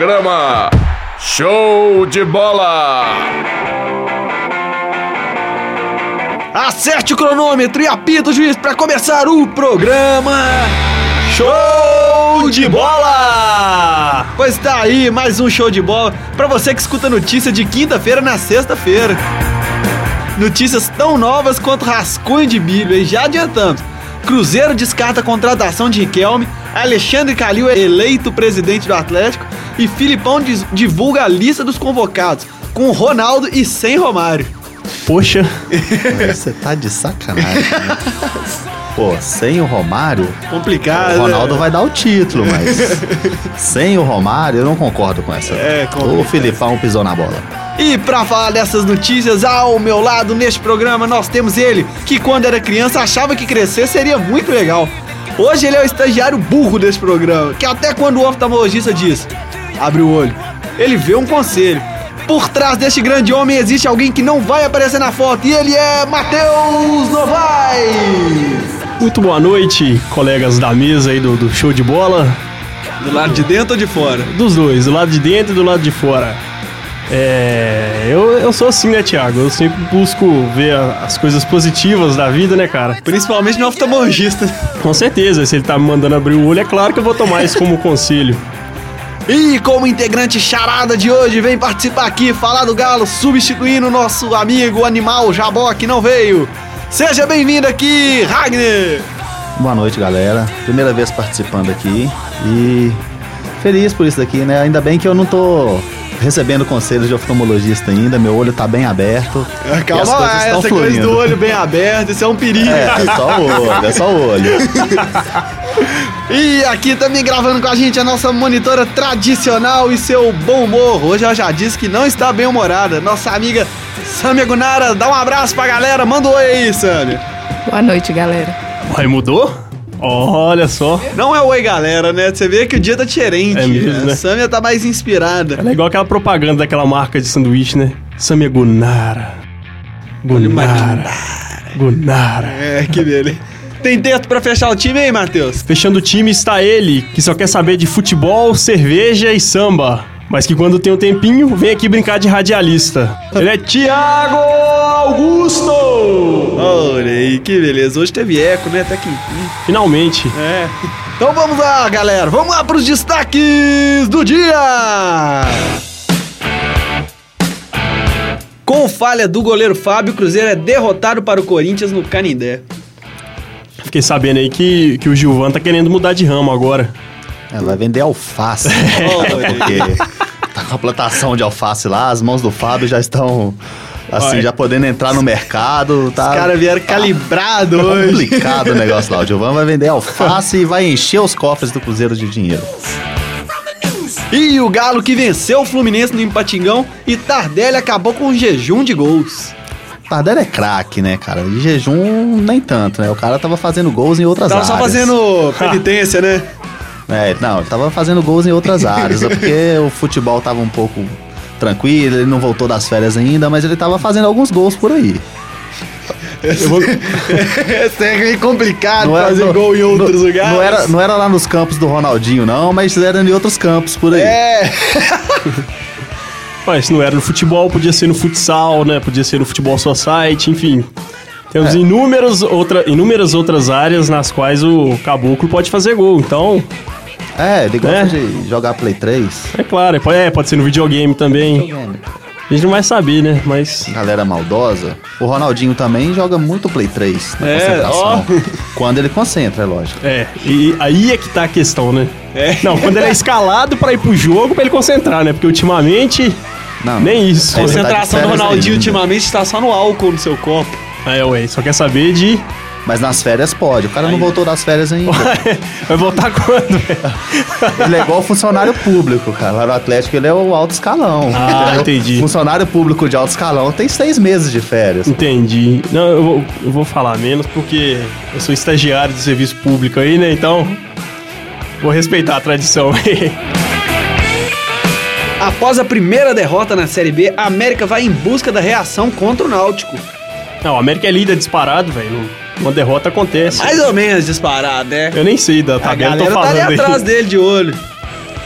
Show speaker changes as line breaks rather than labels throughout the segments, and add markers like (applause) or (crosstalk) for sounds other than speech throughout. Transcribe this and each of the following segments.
programa Show de Bola.
Acerte o cronômetro e apita o juiz para começar o programa. Show de bola! Pois tá aí, mais um show de bola para você que escuta notícia de quinta-feira na sexta-feira. Notícias tão novas quanto rascunho de Bíblia e já adiantamos. Cruzeiro descarta a contratação de Riquelme, Alexandre Calil é eleito presidente do Atlético e Filipão dis- divulga a lista dos convocados, com Ronaldo e sem Romário.
Poxa, você tá de sacanagem.
(laughs)
né? Pô, sem o Romário,
Complicado.
o Ronaldo vai dar o título,
(laughs)
mas sem o Romário, eu não concordo com essa.
É, complicado.
o Filipão pisou na bola.
E pra falar dessas notícias, ao meu lado neste programa nós temos ele, que quando era criança achava que crescer seria muito legal. Hoje ele é o estagiário burro desse programa, que até quando o oftalmologista diz, abre o olho, ele vê um conselho. Por trás deste grande homem existe alguém que não vai aparecer na foto e ele é Matheus Novaes!
Muito boa noite, colegas da mesa aí do, do show de bola.
Do lado de dentro ou de fora?
Dos dois, do lado de dentro e do lado de fora. É. Eu, eu sou assim, né, Thiago? Eu sempre busco ver a- as coisas positivas da vida, né, cara?
Principalmente no oftalmologista.
Com certeza, se ele tá me mandando abrir o olho, é claro que eu vou tomar isso como conselho.
(laughs) E como integrante charada de hoje, vem participar aqui, falar do Galo, substituindo o nosso amigo animal Jabó que não veio. Seja bem-vindo aqui, Ragnar!
Boa noite, galera. Primeira vez participando aqui e feliz por isso daqui, né? Ainda bem que eu não tô recebendo conselhos de oftalmologista ainda, meu olho tá bem aberto. e as coisas estão
Ah, essa
fluindo.
coisa do olho bem aberto, isso é um perigo.
É, é só o olho, é só o
(laughs)
olho.
E aqui também gravando com a gente a nossa monitora tradicional e seu bom humor. Hoje ela já disse que não está bem humorada. Nossa amiga Samia Gunara, dá um abraço pra galera, manda um oi aí, Samia.
Boa noite, galera.
(laughs) Aí mudou? Olha só.
Não é oi, galera, né? Você vê que o dia tá diferente.
É mesmo,
a
né?
Samia tá mais inspirada.
Ela é igual aquela propaganda daquela marca de sanduíche, né? Samia Gunara.
Gunara.
Gunara. Gunara.
É, que dele. Tem texto pra fechar o time aí, Matheus?
Fechando o time está ele, que só quer saber de futebol, cerveja e samba. Mas que quando tem um tempinho, vem aqui brincar de radialista. Ele é Tiago Augusto!
Olha aí, que beleza. Hoje teve eco, né? Até que enfim.
Finalmente.
É. Então vamos lá, galera. Vamos lá pros destaques do dia. Com falha do goleiro Fábio, o Cruzeiro é derrotado para o Corinthians no Canindé.
Fiquei sabendo aí que, que o Gilvan tá querendo mudar de ramo agora.
É, vai vender alface. né?
(laughs) Olha aí.
porque tá com a plantação de alface lá, as mãos do Fábio já estão, assim,
Olha.
já podendo entrar no mercado. Tá,
Os caras vieram calibrado
tá
hoje.
complicado o negócio lá. O Giovanni vai vender alface e vai encher os cofres do Cruzeiro de dinheiro.
E o Galo que venceu o Fluminense no Empatingão e Tardelli acabou com um jejum de gols.
Tardelli é craque, né, cara? De jejum, nem tanto, né? O cara tava fazendo gols em outras
Tava
áreas.
só (laughs) fazendo penitência, né?
É, não, ele tava fazendo gols em
(laughs)
outras áreas, é porque o futebol tava um pouco tranquilo, ele não voltou das férias ainda, mas ele tava fazendo alguns gols por aí.
Essa é meio complicado
era-
fazer gol em outros
não-
lugares.
Não era, não era lá nos campos do Ronaldinho, não, mas era em outros campos por aí.
É,
Mas se não era no futebol, podia ser no futsal, né? Podia ser no futebol society, enfim. Temos
É.
inúmeros outra, inúmeras outras áreas nas quais o caboclo pode fazer gol. Então,
É, ele gosta
É.
de jogar Play 3.
é claro, é, pode- é, pode ser no videogame também. A gente não vai saber, né? Mas
Galera maldosa. O Ronaldinho também joga muito Play 3 na
É,
concentração. Quando ele concentra, é lógico.
É, e aí é que tá a questão, né?
É.
Não, quando ele é escalado pra ir pro jogo, pra ele concentrar, né? Porque ultimamente,
Não,
nem isso.
É, ele tá de
concentração do
férias
Ronaldinho
ainda.
ultimamente tá só no álcool no seu copo.
É, ué, só quer saber de...
Mas nas férias pode. O cara não voltou das férias ainda.
(laughs)
Vai voltar quando, velho?
ele é igual funcionário público, cara. Lá no Atlético ele é o alto escalão.
Ah,
entendeu?
entendi.
Funcionário público de alto escalão tem seis meses de férias.
Entendi. Não, eu vou, eu vou falar menos porque eu sou estagiário de serviço público aí, né? Então, vou respeitar a tradição.
Após a primeira derrota na Série B, a América vai em busca da reação contra o Náutico.
Não, o América é líder disparado, velho. Uma derrota acontece.
Mais ou menos disparado, né?
Eu nem sei da
A
tabela, tô
galera tá
falando
ali
aí.
atrás dele de olho.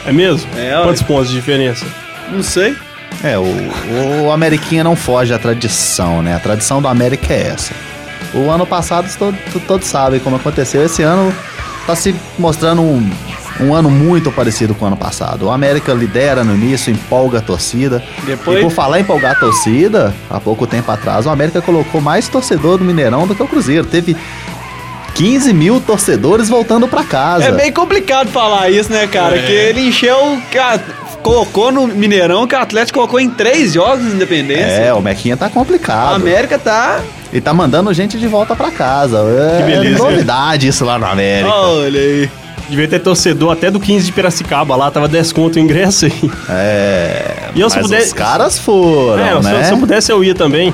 É mesmo?
É, olha.
Quantos pontos de diferença?
Não sei.
É, o, o Ameriquinha não foge à tradição, né? A tradição do América é essa. O ano passado to- to- todos sabem como aconteceu. Esse ano tá se mostrando um, um ano muito parecido com o ano passado. O América lidera no início, empolga a torcida.
Depois-
E por falar em empolgar a torcida, há pouco tempo atrás, o América colocou mais torcedor do Mineirão do que o Cruzeiro. Teve 15 mil torcedores voltando pra casa.
É bem complicado falar isso, né, cara?
É.
Que ele encheu. ca- Colocou no Mineirão que o Atlético colocou em três jogos de independência.
É, o Mequinha tá
A
complicado.
América tá.
E tá mandando gente de volta pra casa. É
Que beleza, Oh.
novidade isso lá na América.
Olha aí.
Devia ter torcedor até do 15 de Piracicaba lá, tava 10 conto o ingresso aí.
É.
E eu, se
mas
puder-
os caras foram,
é, se-
né?
se, eu pudesse eu ia também.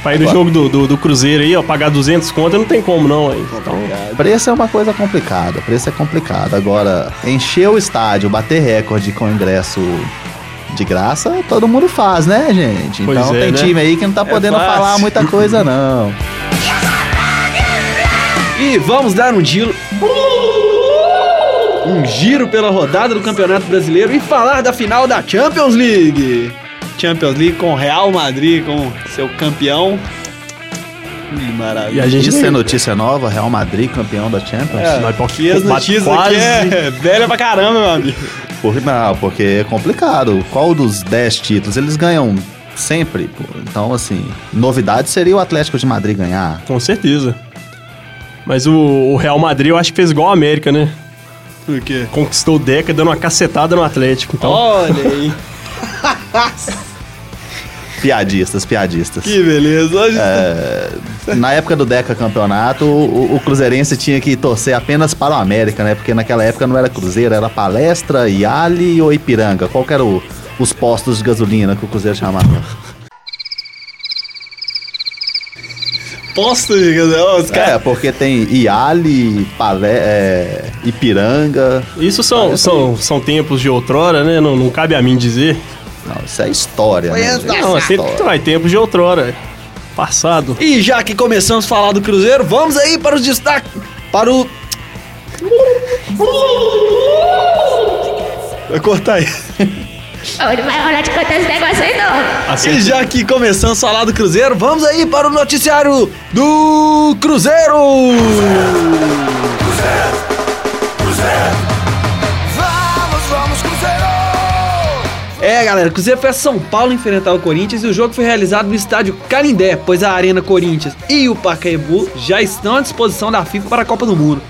Pra ir no jogo do, do, do Cruzeiro aí, ó, pagar 200 conto, não tem como não aí. Então,
Preço é uma coisa complicada, preço é complicado. Agora, encher o estádio, bater recorde com ingresso de graça, todo mundo faz, né, gente?
Pois
então
é,
tem
né?
time aí que não tá podendo
fácil.
falar muita coisa, não.
E vamos dar um giro. Um giro pela rodada do Campeonato Brasileiro e falar da final da Champions League. Champions League com Real Madrid, com seu campeão. Que
e
maravilha.
a (laughs) gente
Isso é notícia nova, Real Madrid campeão da Champions.
Nós
É, E as notícias aqui
quase-
é velha pra caramba, meu amigo.
Por- não, porque é complicado. Qual dos 10 títulos? Eles ganham sempre. pô. Então, assim, novidade seria o Atlético de Madrid ganhar.
Com certeza. Mas o, o Real Madrid eu acho que fez igual a América, né?
Por quê?
Conquistou o Deca dando uma cacetada no Atlético. Então,
Olha aí.
Piadistas, piadistas.
Que (laughs) beleza. Hoje
Na época do Deca Campeonato, o, o Cruzeirense tinha que torcer apenas para o América, né? Porque naquela época não era Cruzeiro, era Palestra, Iali ou Ipiranga. Qual que era o- os postos de gasolina que o Cruzeiro chamava?
tá posto, os caras.
É, porque tem Iali, Pale, é, Ipiranga.
isso são, são, são tempos de outrora, né? Não, não cabe a mim dizer.
Não, isso é história, né? gente?
Não, é sempre
História.
vai tempos de outrora. Passado.
E já que começamos a falar do Cruzeiro, vamos aí para os destaques. Para o. Vai cortar aí.
Ô, não vai rolar de contar esse negócio aí, não.
E já que começamos a falar do Cruzeiro, vamos aí para o noticiário do Cruzeiro! É, galera, o Cruzeiro foi a São Paulo enfrentar o Corinthians e o jogo foi realizado no estádio Canindé, pois a Arena Corinthians e o Pacaembu já estão à disposição da FIFA para a Copa do Mundo.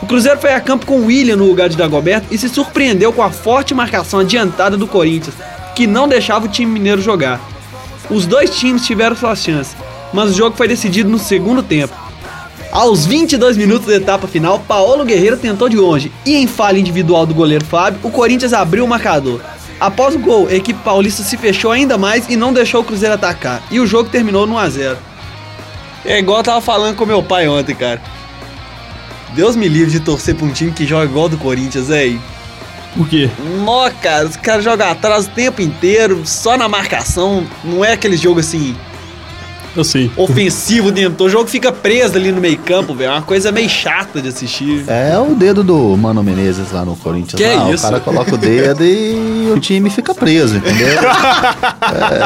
O Cruzeiro foi a campo com o William no lugar de Dagoberto e se surpreendeu com a forte marcação adiantada do Corinthians, que não deixava o time mineiro jogar. Os dois times tiveram suas chances, mas o jogo foi decidido no segundo tempo. Aos 22 minutos da etapa final, Paolo Guerreiro tentou de longe e em falha individual do goleiro Fábio, o Corinthians abriu o marcador. Após o gol, a equipe paulista se fechou ainda mais e não deixou o Cruzeiro atacar, e o jogo terminou no 1x0. É igual eu tava falando com meu pai ontem, cara. Deus me livre de torcer pra um time que joga igual do Corinthians, aí.
Por quê?
Nó, cara, os caras jogam atrás o tempo inteiro, só na marcação. Não é aquele jogo assim,
Eu sei.
ofensivo dentro. O jogo fica preso ali no meio-campo, velho. É uma coisa meio chata de assistir.
É o dedo do Mano Menezes lá no Corinthians.
Que
lá.
isso?
O cara coloca o dedo e o time fica preso, entendeu?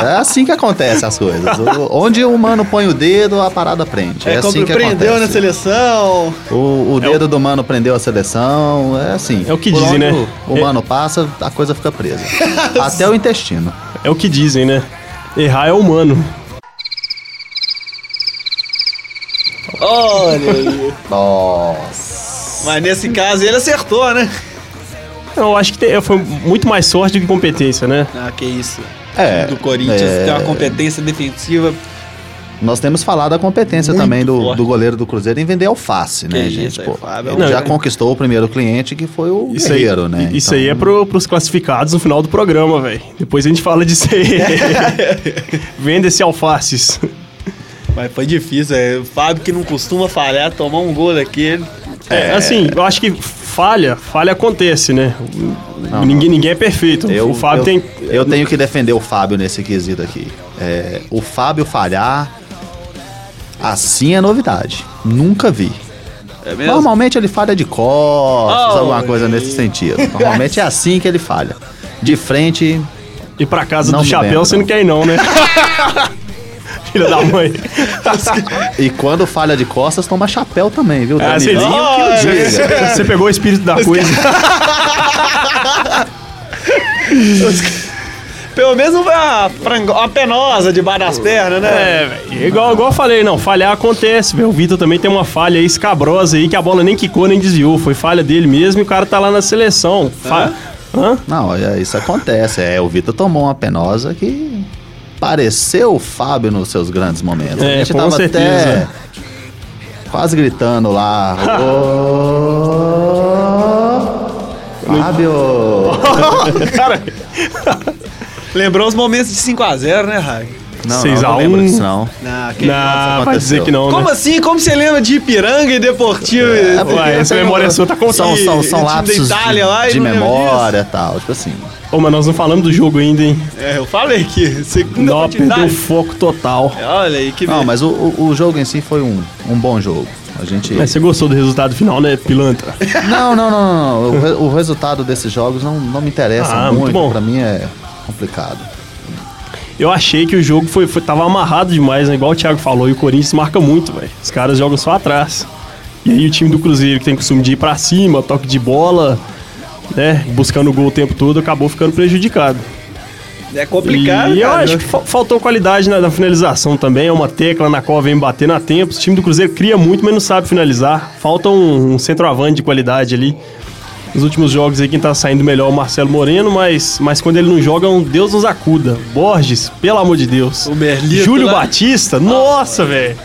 é assim que acontece as coisas. O- onde o Mano põe o dedo, a parada prende. É, assim que
prendeu na
acontece.
seleção.
O, o dedo do Mano prendeu a seleção, é assim.
É o que
Por
dizem,
onde
né?
O, o Mano passa, a coisa fica
(laughs)
presa. Até o intestino.
É o que dizem, né? Errar é humano.
Olha aí.
Nossa.
Mas nesse caso ele acertou, né?
Então, Eu acho que te- foi muito mais sorte do que competência, né?
Ah, que isso.
É,
do Corinthians
é.
tem uma competência defensiva.
Nós temos falado da competência
Muito
também do,
forte.
do goleiro do Cruzeiro em vender alface, né,
Que
gente?
isso aí,
Pô,
Fábio.
ele
Não,
já
é-
conquistou o primeiro cliente, que foi o
Isso aí,
Guerreiro, né?
Isso
Então,
aí é pro, pros classificados no final do programa, velho. Depois a gente fala disso
(laughs)
aí. Venda-se alfaces.
Mas foi difícil, é. O Fábio que não costuma falhar, tomar um gol daquele.
É, assim, eu acho que falha, falha acontece, né? ninguém, ninguém é perfeito.
Eu,
o Fábio
eu-
tem.
eu tenho que defender o Fábio nesse quesito aqui. É, o Fábio falhar, assim é novidade. Nunca vi.
É mesmo?
Normalmente ele falha de costas,
Oh,
alguma coisa nesse sentido. Normalmente é assim que ele falha. De frente,
E pra casa
Não
do
me
chapéu
lembro,
você não
não.
quer ir não, né? Filha da mãe.
e quando falha de costas, toma chapéu também, viu?
Ah,
Danilo?
você,
diga.
você pegou o espírito da coisa.
Pelo menos não vai uma, frango- uma penosa debaixo das pernas, né?
É, velho. Igual, igual eu falei, não, falhar acontece, velho. O Vitor também tem uma falha aí escabrosa aí que a bola nem quicou nem desviou. Foi falha dele mesmo e o cara tá lá na seleção. Fa- Hã?
Não, é- isso acontece. É, o Vitor tomou uma penosa que pareceu o Fábio nos seus grandes momentos.
É, com certeza.
até quase gritando
(laughs)
lá. "Ô, Fábio!
Cara,
Lembrou os momentos de 5x0, né, Rai?
Não,
Seis
não,
a
não lembro
um.
disso, não.
Na- que-
não, vai
aconteceu.
dizer que não,
Como
né?
assim? Como você lembra de Ipiranga e Deportivo?
É porque
Uai,
eu
essa
tenho-
memória sua tá com-
São, são,
time
são
da
lapsos
Itália lá e
de, de
não lembra
memória e tal. Tipo assim.
Ô, mas nós não falamos do jogo ainda, hein?
É, eu falei que segunda
Nó perdeu o
quantidade.
foco total.
Olha aí, que
Não,
beleza.
mas o, o, o jogo em si foi um, um bom jogo. A gente.
Mas você gostou do resultado final, né, pilantra?
Não, não, não, não, não. O, re- o resultado desses jogos não, não me interessa
Ah, muito
muito.
bom.
Pra mim é complicado.
Eu achei que o jogo foi, foi- tava amarrado demais, né? Igual o Thiago falou, e o Corinthians marca muito, velho. Os caras jogam só atrás. E aí o time do Cruzeiro, que tem costume de ir pra cima, toque de bola, né? Buscando o gol o tempo todo, acabou ficando prejudicado.
É complicado,
e eu
cara.
acho que fa- faltou qualidade na, na finalização também. É uma tecla na qual vem batendo a tempo. O time do Cruzeiro cria muito, mas não sabe finalizar. Falta um, um centroavante de qualidade ali. Nos últimos jogos aí, quem tá saindo melhor é o Marcelo Moreno, mas, mas quando ele não joga, um Deus nos acuda. Borges, pelo amor de Deus.
O Merlito,
Júlio
né?
Batista, nossa, velho.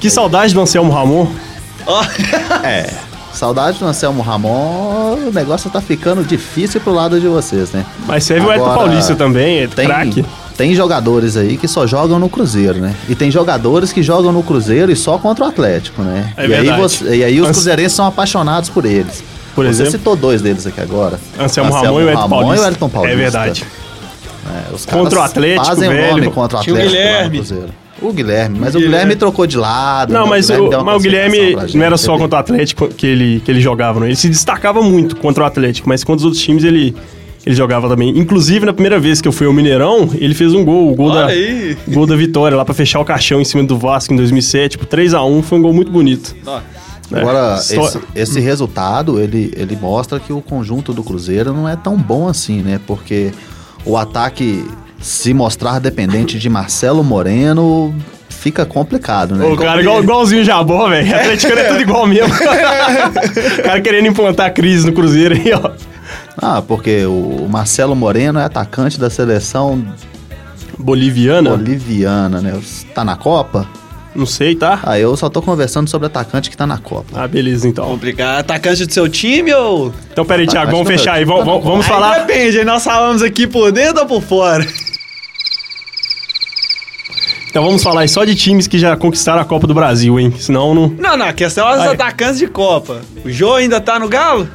Que saudade do Anselmo Ramon.
É. Saudade do Anselmo Ramon, o negócio tá ficando difícil pro lado de vocês, né?
Mas serve o Hector
Agora,
Paulista também, é
Tem,
craque.
tem jogadores aí que só jogam no Cruzeiro, né? E tem jogadores que jogam no Cruzeiro e só contra o Atlético, né?
É
e, aí
verdade.
você- e aí os
Anse-
cruzeirenses são apaixonados por eles.
Por
Você
exemplo?
citou dois deles aqui agora.
Anselmo, Ramon e o Hector Paulista.
Elton Paulista.
É verdade.
É, os
Contra
caras
o Atlético,
fazem
velho.
O nome contra o
Tinha o
Atlético lá no
Guilherme.
Cruzeiro. O Guilherme, mas o
Guilherme.
Guilherme trocou de lado.
Não,
né?
mas o,
deu uma
mas o Guilherme
concentração pra
não era
gente,
só
ele-
contra o Atlético que ele, que ele jogava, não. Ele se destacava muito contra o Atlético, mas contra os outros times ele, ele jogava também. Inclusive, na primeira vez que eu fui ao Mineirão, ele fez um gol, o gol,
Olha
da,
aí.
o gol da vitória lá pra fechar o caixão em cima do Vasco em 2007, por 3x1, foi um gol muito bonito.
Ó,
né?
Agora,
Só-
esse, esse resultado, ele, ele mostra que o conjunto do Cruzeiro não é tão bom assim, né? Porque o ataque se mostrar dependente de Marcelo Moreno fica complicado, né?
O cara igual, igualzinho o
(laughs)
Jabó, velho. Atlético é tudo igual mesmo. o cara querendo implantar a crise no Cruzeiro aí, ó.
Ah, porque o o Marcelo Moreno é atacante da seleção
Boliviana?
boliviana, né? Tá na Copa?
Não sei, tá?
Ah, eu só tô conversando sobre atacante que tá na Copa.
Ah, beleza, então.
complicado. Atacante do seu time ou...
Tá,
Então, peraí, Thiago, vamos fechar aí. Vamos, vamos, vamos
Aí
falar...
depende, aí nós falamos aqui por dentro ou por fora?
Então vamos falar aí só de times que já conquistaram a Copa do Brasil, hein? Senão não.
Não, não, a questão é os
Aí.
atacantes de Copa. O Jô ainda tá no Galo?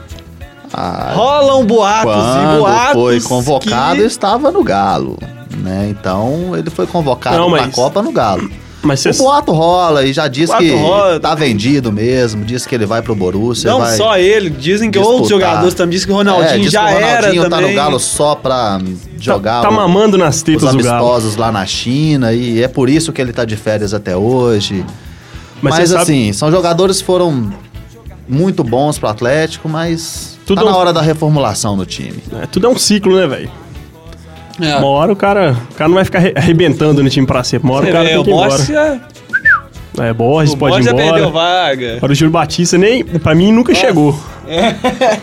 Ah,
Rolam boatos e
quando
boatos
foi convocado,
que-
estava no Galo. Né? Então, ele foi convocado
Não,
pra
mas-
Copa no Galo.
Mas
O
vocês.
boato rola e já diz
Boato
que
rola.
tá vendido mesmo, diz que ele vai pro Borussia.
Não
vai
só ele, dizem que outros
disputar.
jogadores também. Dizem que o
É,
Ronaldinho
diz que
já
o Ronaldinho
era
tá
também.
no Galo só pra
Tá,
jogar
tá
o-
mamando nas
os
tetas do Galo.
amistosos lá na China e é por isso que ele tá de férias até hoje.
Mas
Mas,
você sabe-
assim, são jogadores que foram muito bons pro Atlético, mas
Tudo
tá
é
na
um-
hora da reformulação no time.
É, tudo é um ciclo, né, velho?
É.
Uma hora o cara, o cara não vai ficar arre- arrebentando no time pra sempre. Uma hora o cara
É,
tem
o
que ir embora.
Borges já-
É, Borges
o
pode
Borges
ir
já
embora.
perdeu É. vaga.
Agora o Júlio Batista nem, pra mim nunca chegou.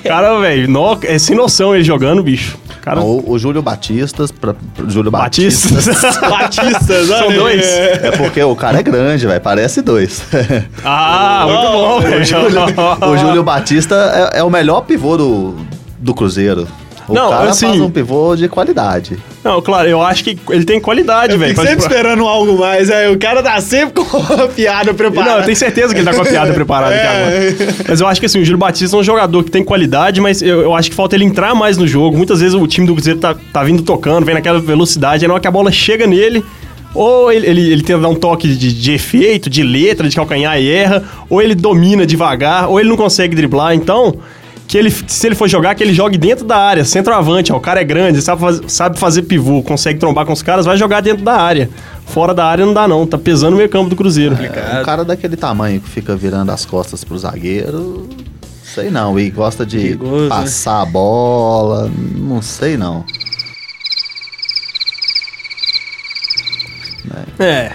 Cara, velho, nó- é sem noção ele jogando, bicho. Cara,
O, o Júlio Batistas, pra, pro Júlio
Ah, Batista.
Batistas.
(laughs)
Batista,
São dois.
É porque o cara é grande, velho. Parece
(laughs)
dois.
Ah, muito bom,
(laughs)
velho.
o Júlio Batista é, é o melhor pivô do, do Cruzeiro. O
Não,
cara
assim-
faz um pivô de qualidade.
Não, claro, eu acho que ele tem qualidade, velho.
Fico
pra-
sempre
pra-
esperando algo mais, aí o cara tá sempre com a piada preparada.
Não, eu tenho certeza que ele tá com a piada preparada aqui agora. Mas eu acho que assim, o Júlio Batista é um jogador que tem qualidade, mas eu, eu acho que falta ele entrar mais no jogo. Muitas vezes o time do Cruzeiro tá, tá vindo tocando, vem naquela velocidade, aí na hora que a bola chega nele, Ou ele, ele, ele tenta dar um toque de, de efeito, de letra, de calcanhar e erra, ou ele domina devagar, ou ele não consegue driblar. Então, que ele, se ele for jogar, que ele jogue dentro da área, centroavante, ó, o cara é grande, sabe, faz- sabe fazer pivô, consegue trombar com os caras, vai jogar dentro da área. Fora da área não dá não, tá pesando o meio campo do Cruzeiro.
Um cara daquele tamanho que fica virando as costas pro zagueiro, sei não. E gosta de
né?
Perigoso,
passar a bola, não sei não.
É,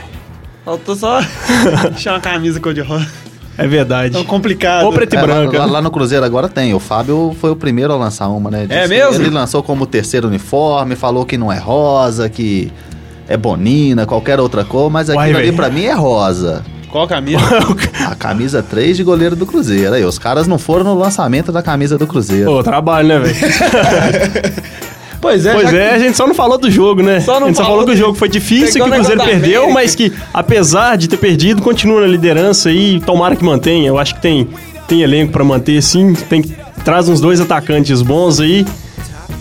Faltou
(laughs)
só deixar uma camisa cor-de-rosa.
é verdade.
Tão complicado.
Ou preto e
É, lá-
branca.
Lá, lá no Cruzeiro agora tem. O Fábio foi o primeiro a lançar uma, né? Diz
É
que
mesmo?
Ele lançou como terceiro uniforme, falou que não é rosa, que é bonina, qualquer outra cor, mas
Uai,
aquilo ali
velho.
pra mim é rosa.
Qual camisa?
A camisa 3 de goleiro do Cruzeiro. Aí, os caras não foram no lançamento da camisa do Cruzeiro.
Pô, trabalho, né, velho?
pois é,
(laughs) Pois
já
é,
que-
a gente só não falou do jogo, né?
Só não
a gente só
falou
falou que o
do-
jogo foi
Pegou
difícil, que o
o negócio
Cruzeiro
da
perdeu,
América.
mas que apesar de ter perdido, continua na liderança e tomara que mantenha. Eu acho que tem, tem elenco pra manter, sim. Tem, que- traz uns dois atacantes bons aí.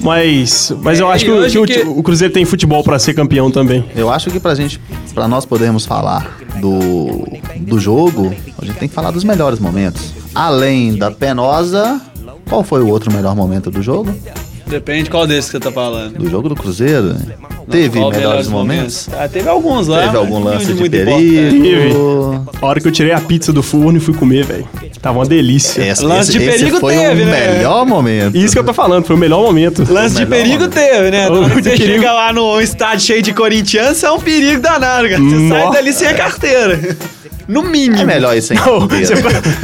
Mas, mas eu
É,
acho
e
que, o-
hoje
que o,
que-
o Cruzeiro tem futebol pra ser campeão também.
Eu acho que pra gente, pra nós podermos falar do, do jogo, a gente tem que falar dos melhores momentos. Além da penosa, qual foi o outro melhor momento do jogo?
Depende qual desses que você tá falando.
Do jogo do Cruzeiro? Teve
Qual
melhores, momentos?
Ah, teve alguns lá.
Teve
mas
algum
nenhum
lance de
muito importante.
perigo?
A hora que eu tirei a pizza do forno e fui comer, velho. Tava uma delícia.
Esse,
Lance de perigo
foi
teve,
o
né?
melhor momento.
Isso que eu tô falando, foi o melhor momento.
Lance de
melhor
perigo
momento.
teve, (laughs) né? Na hora que
Muito
você
perigo.
chega lá no estádio cheio de corintianos, é um perigo danado, cara. Você sai
Nossa.
dali sem a carteira. No mínimo.
É melhor isso aí. (laughs)
Não, você-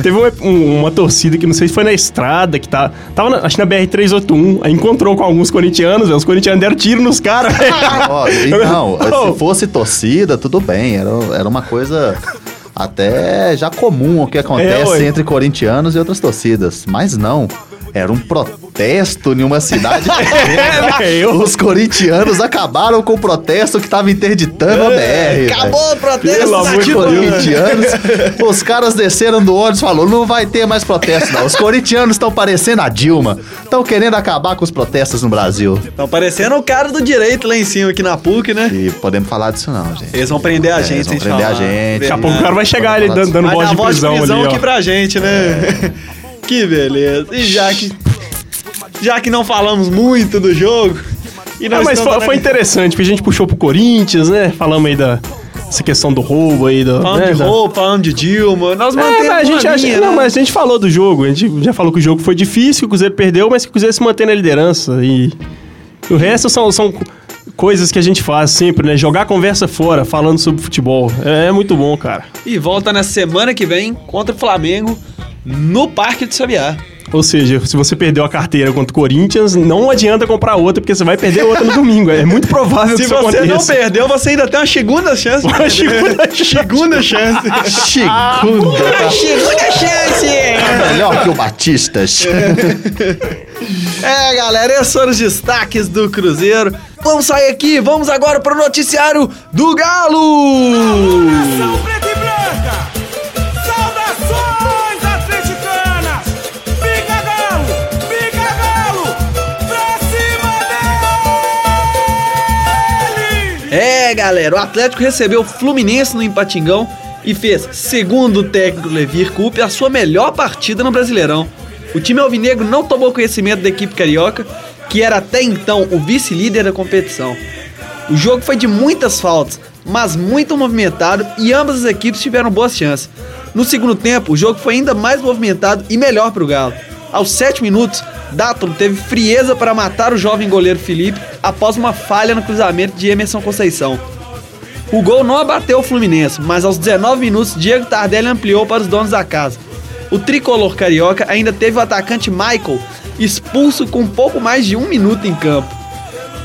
teve uma, um- uma torcida que não sei se foi na estrada, que tá, tava na, acho que na BR-381, aí encontrou com alguns corintianos, velho, os corintianos deram tiro nos caras. né? velho.
(laughs)
Ó, então,
Oh.
se fosse torcida, tudo bem. Era, era uma coisa até já comum o que
É,
acontece
ué.
entre corintianos e outras torcidas. Mas não. Era um protesto em uma
(laughs)
cidade. pequena.
É, eu-
Os corintianos acabaram com o protesto que estava interditando a
É,
BR.
Acabou o protesto,
Pelo
tá
amor
Os
de
tipo-
Deus.
corintianos, os caras desceram do ônibus e falaram: não vai ter mais protesto, não. Os corintianos estão parecendo a Dilma. Estão querendo acabar com os protestos no Brasil.
Tá parecendo o cara do direito lá em cima, aqui na PUC, né?
E podemos falar disso, não, gente.
Eles vão prender a
É,
gente,
eles vão
sem
prender a
falar.
gente.
Daqui a pouco o cara vai chegar ali dando,
(laughs)
dando
Vai
voz
dar
de
voz
prisão, ali,
aqui
ó. É.
pra gente, né? (laughs) que beleza. E já que, já que não falamos muito do jogo... E
Ah,
nós estamos
mas foi, foi
analisando-
interessante, porque a gente puxou pro Corinthians, né? Falamos aí da essa questão do roubo aí, da...
Falando
né,
de
da-
roupa, falando de Dilma, nós
É,
mantemos
mas a gente
uma
acha-
linha,
não,
né?
mas a gente falou do jogo, a gente já falou que o jogo foi difícil, que o Cruzeiro perdeu, mas que o Cruzeiro se mantém na liderança. E e o resto são, são co- coisas que a gente faz sempre, né? Jogar a conversa fora, falando sobre futebol. É, é muito bom, cara.
E volta na semana que vem contra o Flamengo no Parque do Sabiá.
Ou seja, se você perdeu a carteira contra o Corinthians, não adianta comprar outra, porque você vai perder outra no domingo. É muito provável
Se
que isso
você não
(laughs) aconteça.
perdeu, você ainda tem uma segunda chance. de
Uma
perder. (laughs)
segunda chance.
segunda chance.
Ah,
Chegunda.
Uma segunda chance!
tá Melhor que o Batistas.
(laughs) É, galera, esses foram os destaques do Cruzeiro. Vamos sair aqui, vamos agora pro noticiário do Galo!
Saudação preta e branca! Saudações atleticanas! Pica galo! Pica galo! Pra cima dele!
É, galera, o Atlético recebeu o Fluminense no Empatingão e fez, segundo o técnico Levir Coupe, a sua melhor partida no Brasileirão. O time alvinegro não tomou conhecimento da equipe carioca, que era até então o vice-líder da competição. O jogo foi de muitas faltas, mas muito movimentado e ambas as equipes tiveram boas chances. No segundo tempo, o jogo foi ainda mais movimentado e melhor para o Galo. Aos 7 minutos, Dátum teve frieza para matar o jovem goleiro Felipe após uma falha no cruzamento de Emerson Conceição. O gol não abateu o Fluminense, mas aos 19 minutos, Diego Tardelli ampliou para os donos da casa. O tricolor carioca ainda teve o atacante Michael expulso com pouco mais de um minuto em campo.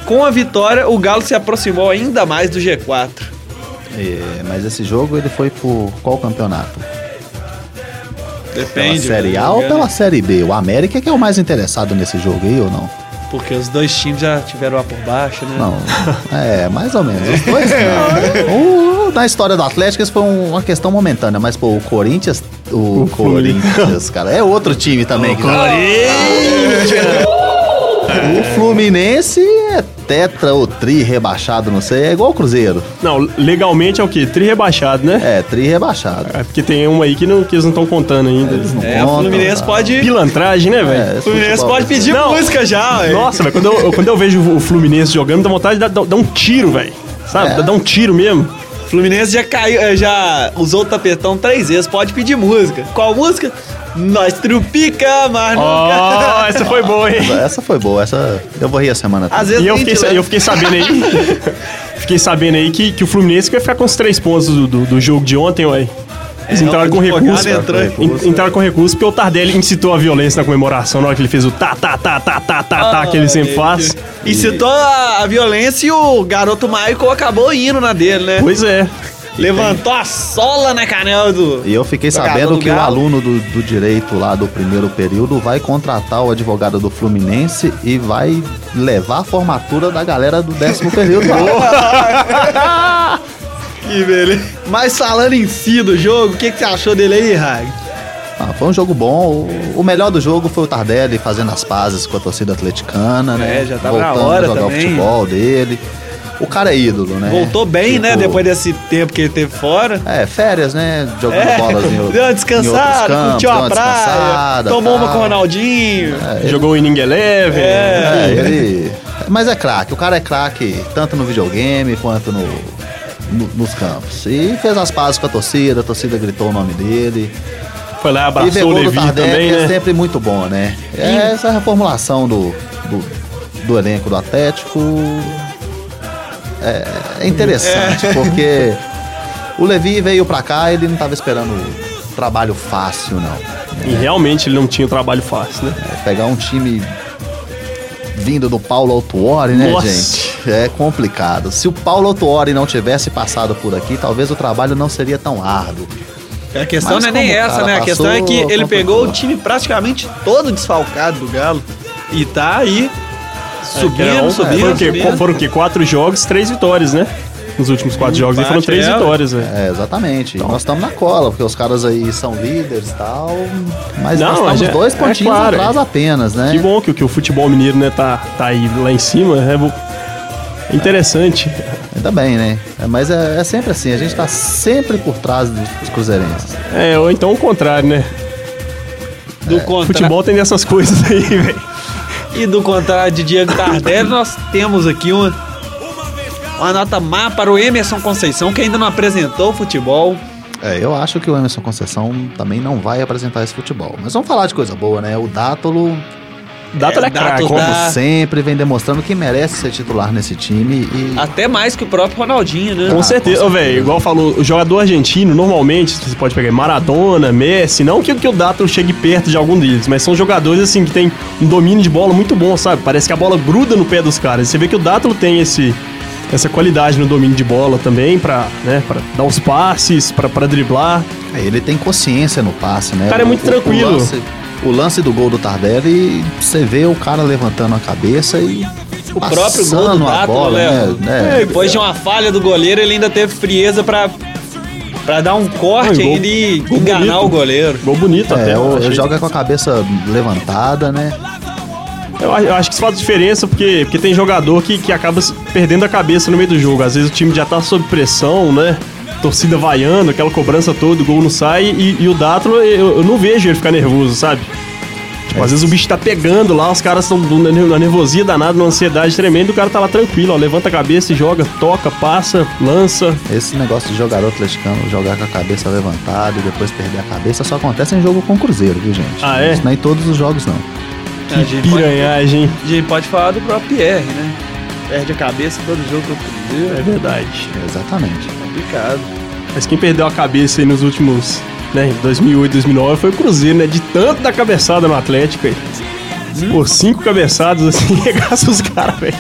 Com a vitória, o Galo se aproximou ainda mais do G4.
(laughs) É, mas esse jogo ele foi por qual campeonato? Pela
né?
Série A ou pela Série B? O América é que é o mais interessado nesse jogo aí ou não?
Porque os dois times já tiveram lá por baixo, né?
Não. É, mais ou menos. Os
(laughs)
dois não. O, na história do Atlético, isso foi um- uma questão momentânea, mas pô, o Corinthians. O, Corinthians, cara. É outro time também. que já- O Fluminense é tetra ou tri rebaixado, não sei. É igual o Cruzeiro.
Não, legalmente é o quê? Tri rebaixado, né?
É, tri rebaixado.
É porque tem uma aí que, não, que eles não estão contando ainda.
Eles não
É, o
contam,
Fluminense
tá?
pode.
Pilantragem, né, velho?
É,
O Fluminense
futebol
pode
brasileiro.
pedir
Não.
música já, velho.
Nossa, velho, quando eu, eu- quando eu vejo o Fluminense jogando, dá vontade de dar, dar- dar um tiro, velho. Sabe?
É.
Dá- Dá um
(laughs)
tiro mesmo.
O Fluminense já caiu, eh, já usou o tapetão três vezes, pode pedir música. Qual música? Nós trupica, mas nunca.
Ó, essa foi boa, hein?
Essa foi boa, essa eu vou rir a semana toda.
Às vezes né?
E eu
nem
fiquei,
te
sa-
leva.
eu fiquei sabendo aí. fiquei sabendo aí que, que o Fluminense vai ficar com os três pontos do, do, do jogo de ontem, ué. Eles entraram com
o advogado
recurso.
entrou em
en- Entraram com recurso porque o Tardelli incitou a violência na comemoração na hora que ele fez o tá, tá, tá, tá, tá, tá,
Ah,
tá, que ele sempre faz.
E citou a, a violência e o garoto Michael acabou indo na dele, né?
Pois é.
Levantou a sola na canela do.
E eu fiquei
Jogador
sabendo
do
que o
Galo.
aluno do, do direito lá do primeiro período vai contratar o advogado do Fluminense e vai levar a formatura da galera do
(laughs)
décimo período. lá.
Que beleza. Mas falando em si do jogo, o que, que você achou dele aí, Rag?
Ah, foi um jogo bom. O, o melhor do jogo foi o Tardelli fazendo as pazes com a torcida atleticana, né?
É, já tava na hora
a jogar
também.
o futebol dele. O cara é ídolo, né?
Voltou bem, né?
Tipo,
Depois desse tempo que ele teve fora.
É, férias, né? Jogando
É, (laughs)
bolas em, o-
deu
em
uma
outros
descansada,
campos,
curtiu
deu
a
uma
praia,
descansada,
tomou uma
tal.
com o Ronaldinho.
Jogou o inning eleven.
É, ele. Mas é craque, o cara é craque tanto no videogame quanto no, no- nos campos. E fez as pazes com a torcida, a torcida gritou o nome dele.
Foi lá,
e
abraçou
Vergol
o
do
Levi
Tardelli
também,
é
né?
sempre muito bom, né? É essa reformulação do, do, do elenco do Atlético é, é interessante, porque o Levi veio pra cá ele não tava esperando trabalho fácil, não.
E realmente ele não tinha o trabalho fácil, né?
Pegar um time vindo do Paulo Autuori, né,
Nossa.
gente? É complicado. Se o Paulo Autuori não tivesse passado por aqui, talvez o trabalho não seria tão árduo.
A questão
Mas
não é nem
como o
essa,
cara
né? A questão é que
passou,
ele
complicou.
pegou o time praticamente todo desfalcado do Galo e tá aí
É,
Que era
subindo,
um- foram,
subindo,
o quê?
subindo.
foram o quê? Quatro jogos, três vitórias, né? Nos últimos quatro jogos aí foram
empate,
três
é.
vitórias, velho.
É, exatamente.
Então.
Nós estamos na cola, porque os caras aí são líderes e tal. Mas
Não,
nós
mas
estamos
é-
dois
é
pontinhos
claro.
atrás apenas, né?
Que bom que, o- que o futebol mineiro né, tá, tá aí lá em cima. É bo- é interessante.
Ainda bem, né? É, mas é, é sempre assim, a gente tá sempre por trás dos cruzeirenses.
É, ou então o contrário, né? É,
Do contra-
Futebol tem dessas coisas aí, (laughs) velho.
E do contrário de Diego Tardelli, nós temos aqui uma, uma nota má para o Emerson Conceição, que ainda não apresentou o futebol.
É, eu acho que o Emerson Conceição também não vai apresentar esse futebol. Mas vamos falar de coisa boa, né? O Dátolo,
É,
Data da craque.
Dato
como
dá
sempre, vem demonstrando que merece ser titular nesse time e.
Ah.
até mais que o próprio Ronaldinho, né?
Com
Ah,
certeza,
com
Ô, velho. Igual falou, o jogador argentino, normalmente, você pode pegar Maradona, Messi, não que, que o Dato chegue perto de algum deles, mas são jogadores, assim, que tem um domínio de bola muito bom, sabe? Parece que a bola gruda no pé dos caras. Você vê que o Dato tem esse, essa qualidade no domínio de bola também, pra, né, pra dar os passes, pra, pra driblar.
É, ele tem consciência no passe, né?
O cara é muito tranquilo.
O lance, o lance do gol do Tardelli, você vê o cara levantando a cabeça e.
O próprio gol do Dato, né?
É,
né?
Depois de uma falha do goleiro, ele ainda teve frieza pra, pra dar um corte
Ai, gol-
ainda e
gol
enganar
bonito.
o goleiro.
Gol bonito
É,
até. eu
o-
achei.
joga com a cabeça levantada, né?
Eu, a- eu acho que isso faz diferença porque, porque tem jogador que, que acaba se perdendo a cabeça no meio do jogo. Às vezes o time já tá sob pressão, né? Torcida vaiando, aquela cobrança toda, o gol não sai. E, e o Dátolo, eu, eu não vejo ele ficar nervoso, sabe? Tipo, às vezes o bicho tá pegando lá, os caras estão na nervosia danada, numa ansiedade tremenda, e o cara tá lá tranquilo, ó, levanta a cabeça e joga, toca, passa, lança.
Esse negócio de jogador atleticano jogar com a cabeça levantada e depois perder a cabeça só acontece em jogo com o Cruzeiro, viu, gente?
Ah, é?
Isso não é em todos os jogos, não.
A gente pode-
Piranhagem.
A gente pode falar do próprio Pierre, né? Perde a cabeça todo jogo contra o Cruzeiro,
É verdade.
Exatamente.
é complicado.
Mas quem perdeu a cabeça aí nos últimos, né, 2008, 2009 foi o Cruzeiro, né? De tanto da cabeçada no Atlético aí. Pô, cinco cabeçadas assim, (laughs) regaça os caras, velho.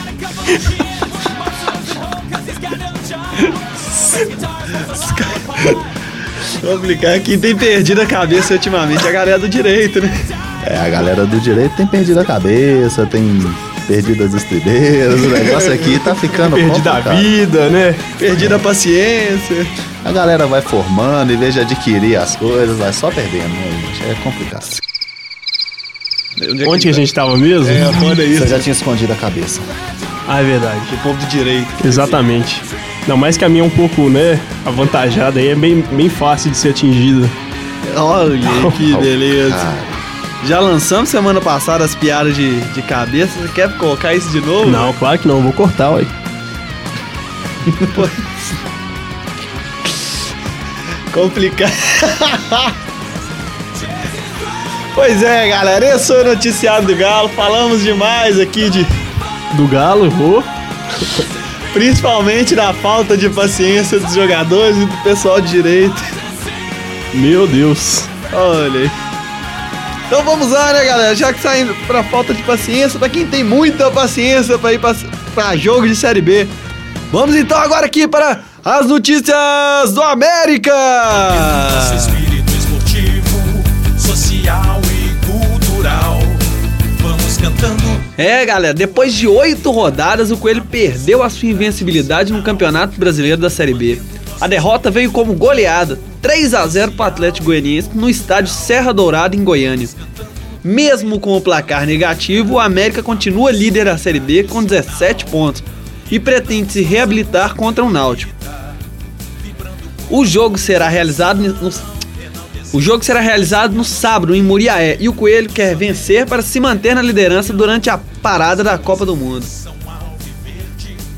Vou aplicar quem tem perdido a cabeça ultimamente é a galera do direito, né?
É, a galera do direito tem perdido a cabeça, tem perdido as estribeiras, o negócio aqui tá ficando
Perdida a
complicado.
vida, né?
Perdido a paciência.
A galera vai formando, em vez de adquirir as coisas, vai só perdendo, né, gente? É complicado.
Onde, é
Onde que a gente tava mesmo?
É, foda
Você
isso.
já tinha escondido a cabeça.
Ah, é verdade.
O povo de direito.
Exatamente. Não, mais que a minha é um pouco, né, avantajada aí, é bem, bem fácil de ser atingida.
Olha aí, que beleza.
Ah,
Já lançamos semana passada as piadas de, de cabeça. Você quer colocar isso de novo?
(laughs) Não, claro que não, vou cortar, ué.
Complicado. pois é, galera. Esse foi o Noticiário do Galo. Falamos demais aqui de
Do Galo, vou.
principalmente da falta de paciência dos jogadores e do pessoal de direito.
Meu Deus.
Olha aí. Então vamos lá, né, galera? Já que saindo pra falta de paciência, pra quem tem muita paciência pra ir pra, pra jogo de Série B. Vamos então agora aqui para as notícias do América!
espírito esportivo, social e cultural. Vamos cantando.
É, galera, depois de oito rodadas, o Coelho perdeu a sua invencibilidade no Campeonato Brasileiro da Série B. A derrota veio como goleada, 3 a 0 para o Atlético Goianiense no estádio Serra Dourada, em Goiânia. Mesmo com o placar negativo, o América continua líder da Série B com 17 pontos e pretende se reabilitar contra o Náutico. O jogo será realizado no, o jogo será realizado no sábado em Muriaé e o Coelho quer vencer para se manter na liderança durante a parada da Copa do Mundo.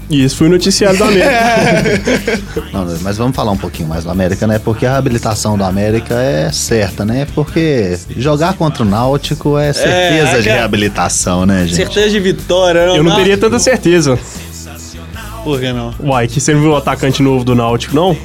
E esse foi o noticiário da América.
(laughs)
Não, mas vamos falar um pouquinho mais do América, né? Porque a reabilitação do América é certa, né? Porque jogar contra o Náutico é certeza
é
de
que-
reabilitação, né, gente?
Certeza de vitória,
Eu não teria tanta certeza.
Por que não?
Uai, que você não viu o atacante novo do Náutico, não?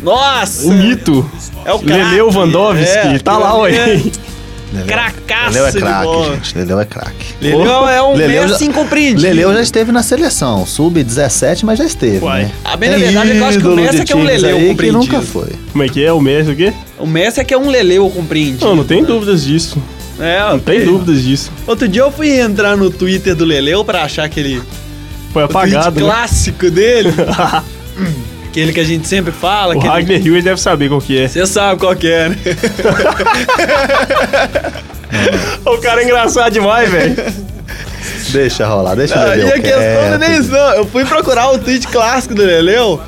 Nossa!
O mito.
É o craque.
Um Leleu Vandovski,
É,
tá lá, ué.
é.
Leleu-
Cracaço
Leleu é
de
craque,
bola.
gente. Leleu é craque.
Leleu é um
Leleu
Messi
já-
incompreendido.
Leleu já esteve na seleção, sub-17, mas já esteve,
Uai.
né?
Ah, bem na
Tem
verdade, é que eu acho que o
ídolo
Messi
de
é que é um
times
Leleu
aí que
compreendido.
nunca foi.
Como é que é? O Messi o quê?
O Messi é que é um Leleu compreendido.
Não, não tem dúvidas disso.
É,
Não tem dúvidas disso.
Outro dia eu fui entrar no Twitter do Leleu pra achar aquele
Foi apagado.
tweet
Né?
clássico dele. aquele que a gente sempre fala.
O
aquele-
Wagner Hill ele deve saber qual que é.
Você sabe qual que é, né?
O cara é engraçado demais, velho.
Deixa rolar, deixa
Ah,
o
e
Leleu
a questão não é
quieto.
nem isso, não. Eu fui procurar o tweet clássico do Leleu.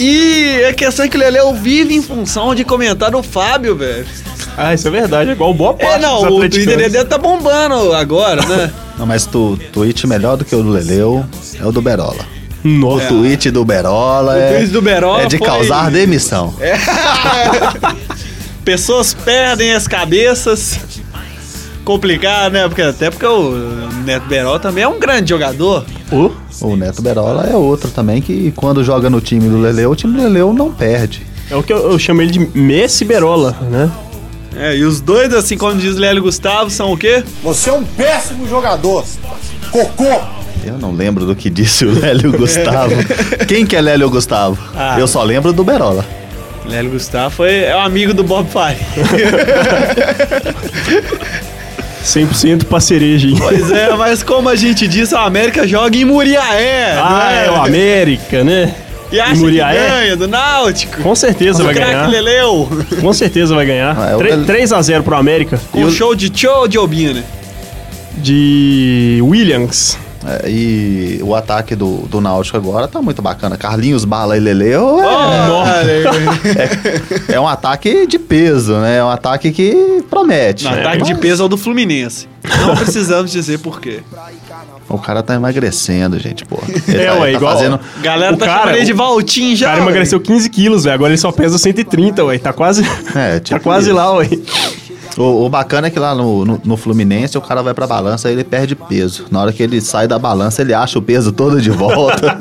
E a questão é que o Leleu vive em função de comentar o Fábio, velho.
Ah, isso é verdade. É igual boa parte
É, não,
dos
o
atleticanos.
Twitter dele tá bombando agora, né? (laughs)
Não, mas tu, tweet melhor do que o do Leleu é o do Berola. O
Nossa.
tweet do Berola
O
é,
tweet do Berola
é de
foi- É.
causar demissão.
Pessoas perdem as cabeças. Complicado, né? Porque, até porque o Neto Berol também é um grande jogador.
Ô,
O Neto Berola é outro também que quando joga no time do Leleu, o time do Leleu não perde.
É o que eu, eu chamo ele de Messi Berola, né?
É, e os dois, assim como diz Lélio Gustavo, são o quê?
Você é um péssimo jogador. Cocô.
Eu não lembro do que disse o Lélio
(laughs)
Gustavo. Quem que é Lélio Gustavo?
Ah.
Eu só lembro do Berola.
Lélio Gustavo foi, é o amigo do Bob Faria.
100% parcereja, hein?
Pois é, mas como a gente disse, a América joga em Muriaé. não
Ah, é o América, né?
E acha
Muriaé?
que ganha do Náutico.
Com certeza vai
do craque
ganhar.
Leleu.
Com certeza vai ganhar.
Ah, é o Lele-
3x0 pro América
Com o um show de Tchô de né? Albina.
de Williams.
É, e o ataque do, do Náutico agora tá muito bacana. Carlinhos, Bala e Leleu é, é um ataque de peso, né? É um ataque que promete.
Um
No
né?
ataque de
Mas
peso é o do Fluminense. Não precisamos dizer por quê.
O cara tá emagrecendo, gente, pô. Ele
É,
tá,
ué,
ele tá
igual-
fazendo...
Galera
O
tá
cara-
chamando ele de
o-
Valtinho
O
já.
cara
ué.
emagreceu 15 quilos, velho. Agora ele só pesa
Ah,
130, ué. Tá quase.
É, tipo
tá quase
isso.
lá, ué.
O, o bacana é que lá no, no, no Fluminense o cara vai pra balança e ele perde peso. Na hora que ele sai da balança, ele acha o peso todo de
(laughs)
volta.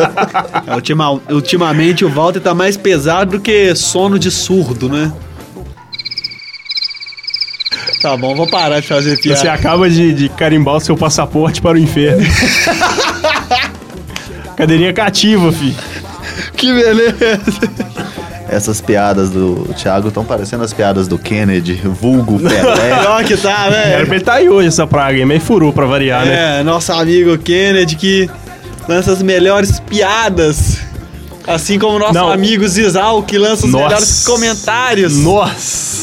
É, ultima- ultimamente o Walter tá mais pesado do que sono de surdo, né? Tá bom, vou parar de fazer
(laughs) Você é
piada.
acaba de, de carimbar o seu passaporte para o
(laughs)
inferno. Cadeirinha cativa, fi.
Que beleza.
Essas piadas do Thiago estão parecendo as piadas do Kennedy, vulgo Pelé.
Pior que tá,
Era
velho.
pra ele tá aí hoje essa praga aí, mas furou pra variar, né?
É, nosso amigo Kennedy que lança as melhores piadas. Assim como nosso
Não.
amigo Zizal que lança os
Nossa.
melhores comentários.
Nossa!